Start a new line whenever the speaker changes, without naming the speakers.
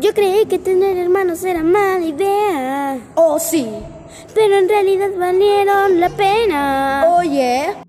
Yo creí que tener hermanos era mala idea,
Oh, sí.
pero en realidad valieron la pena.
Oye,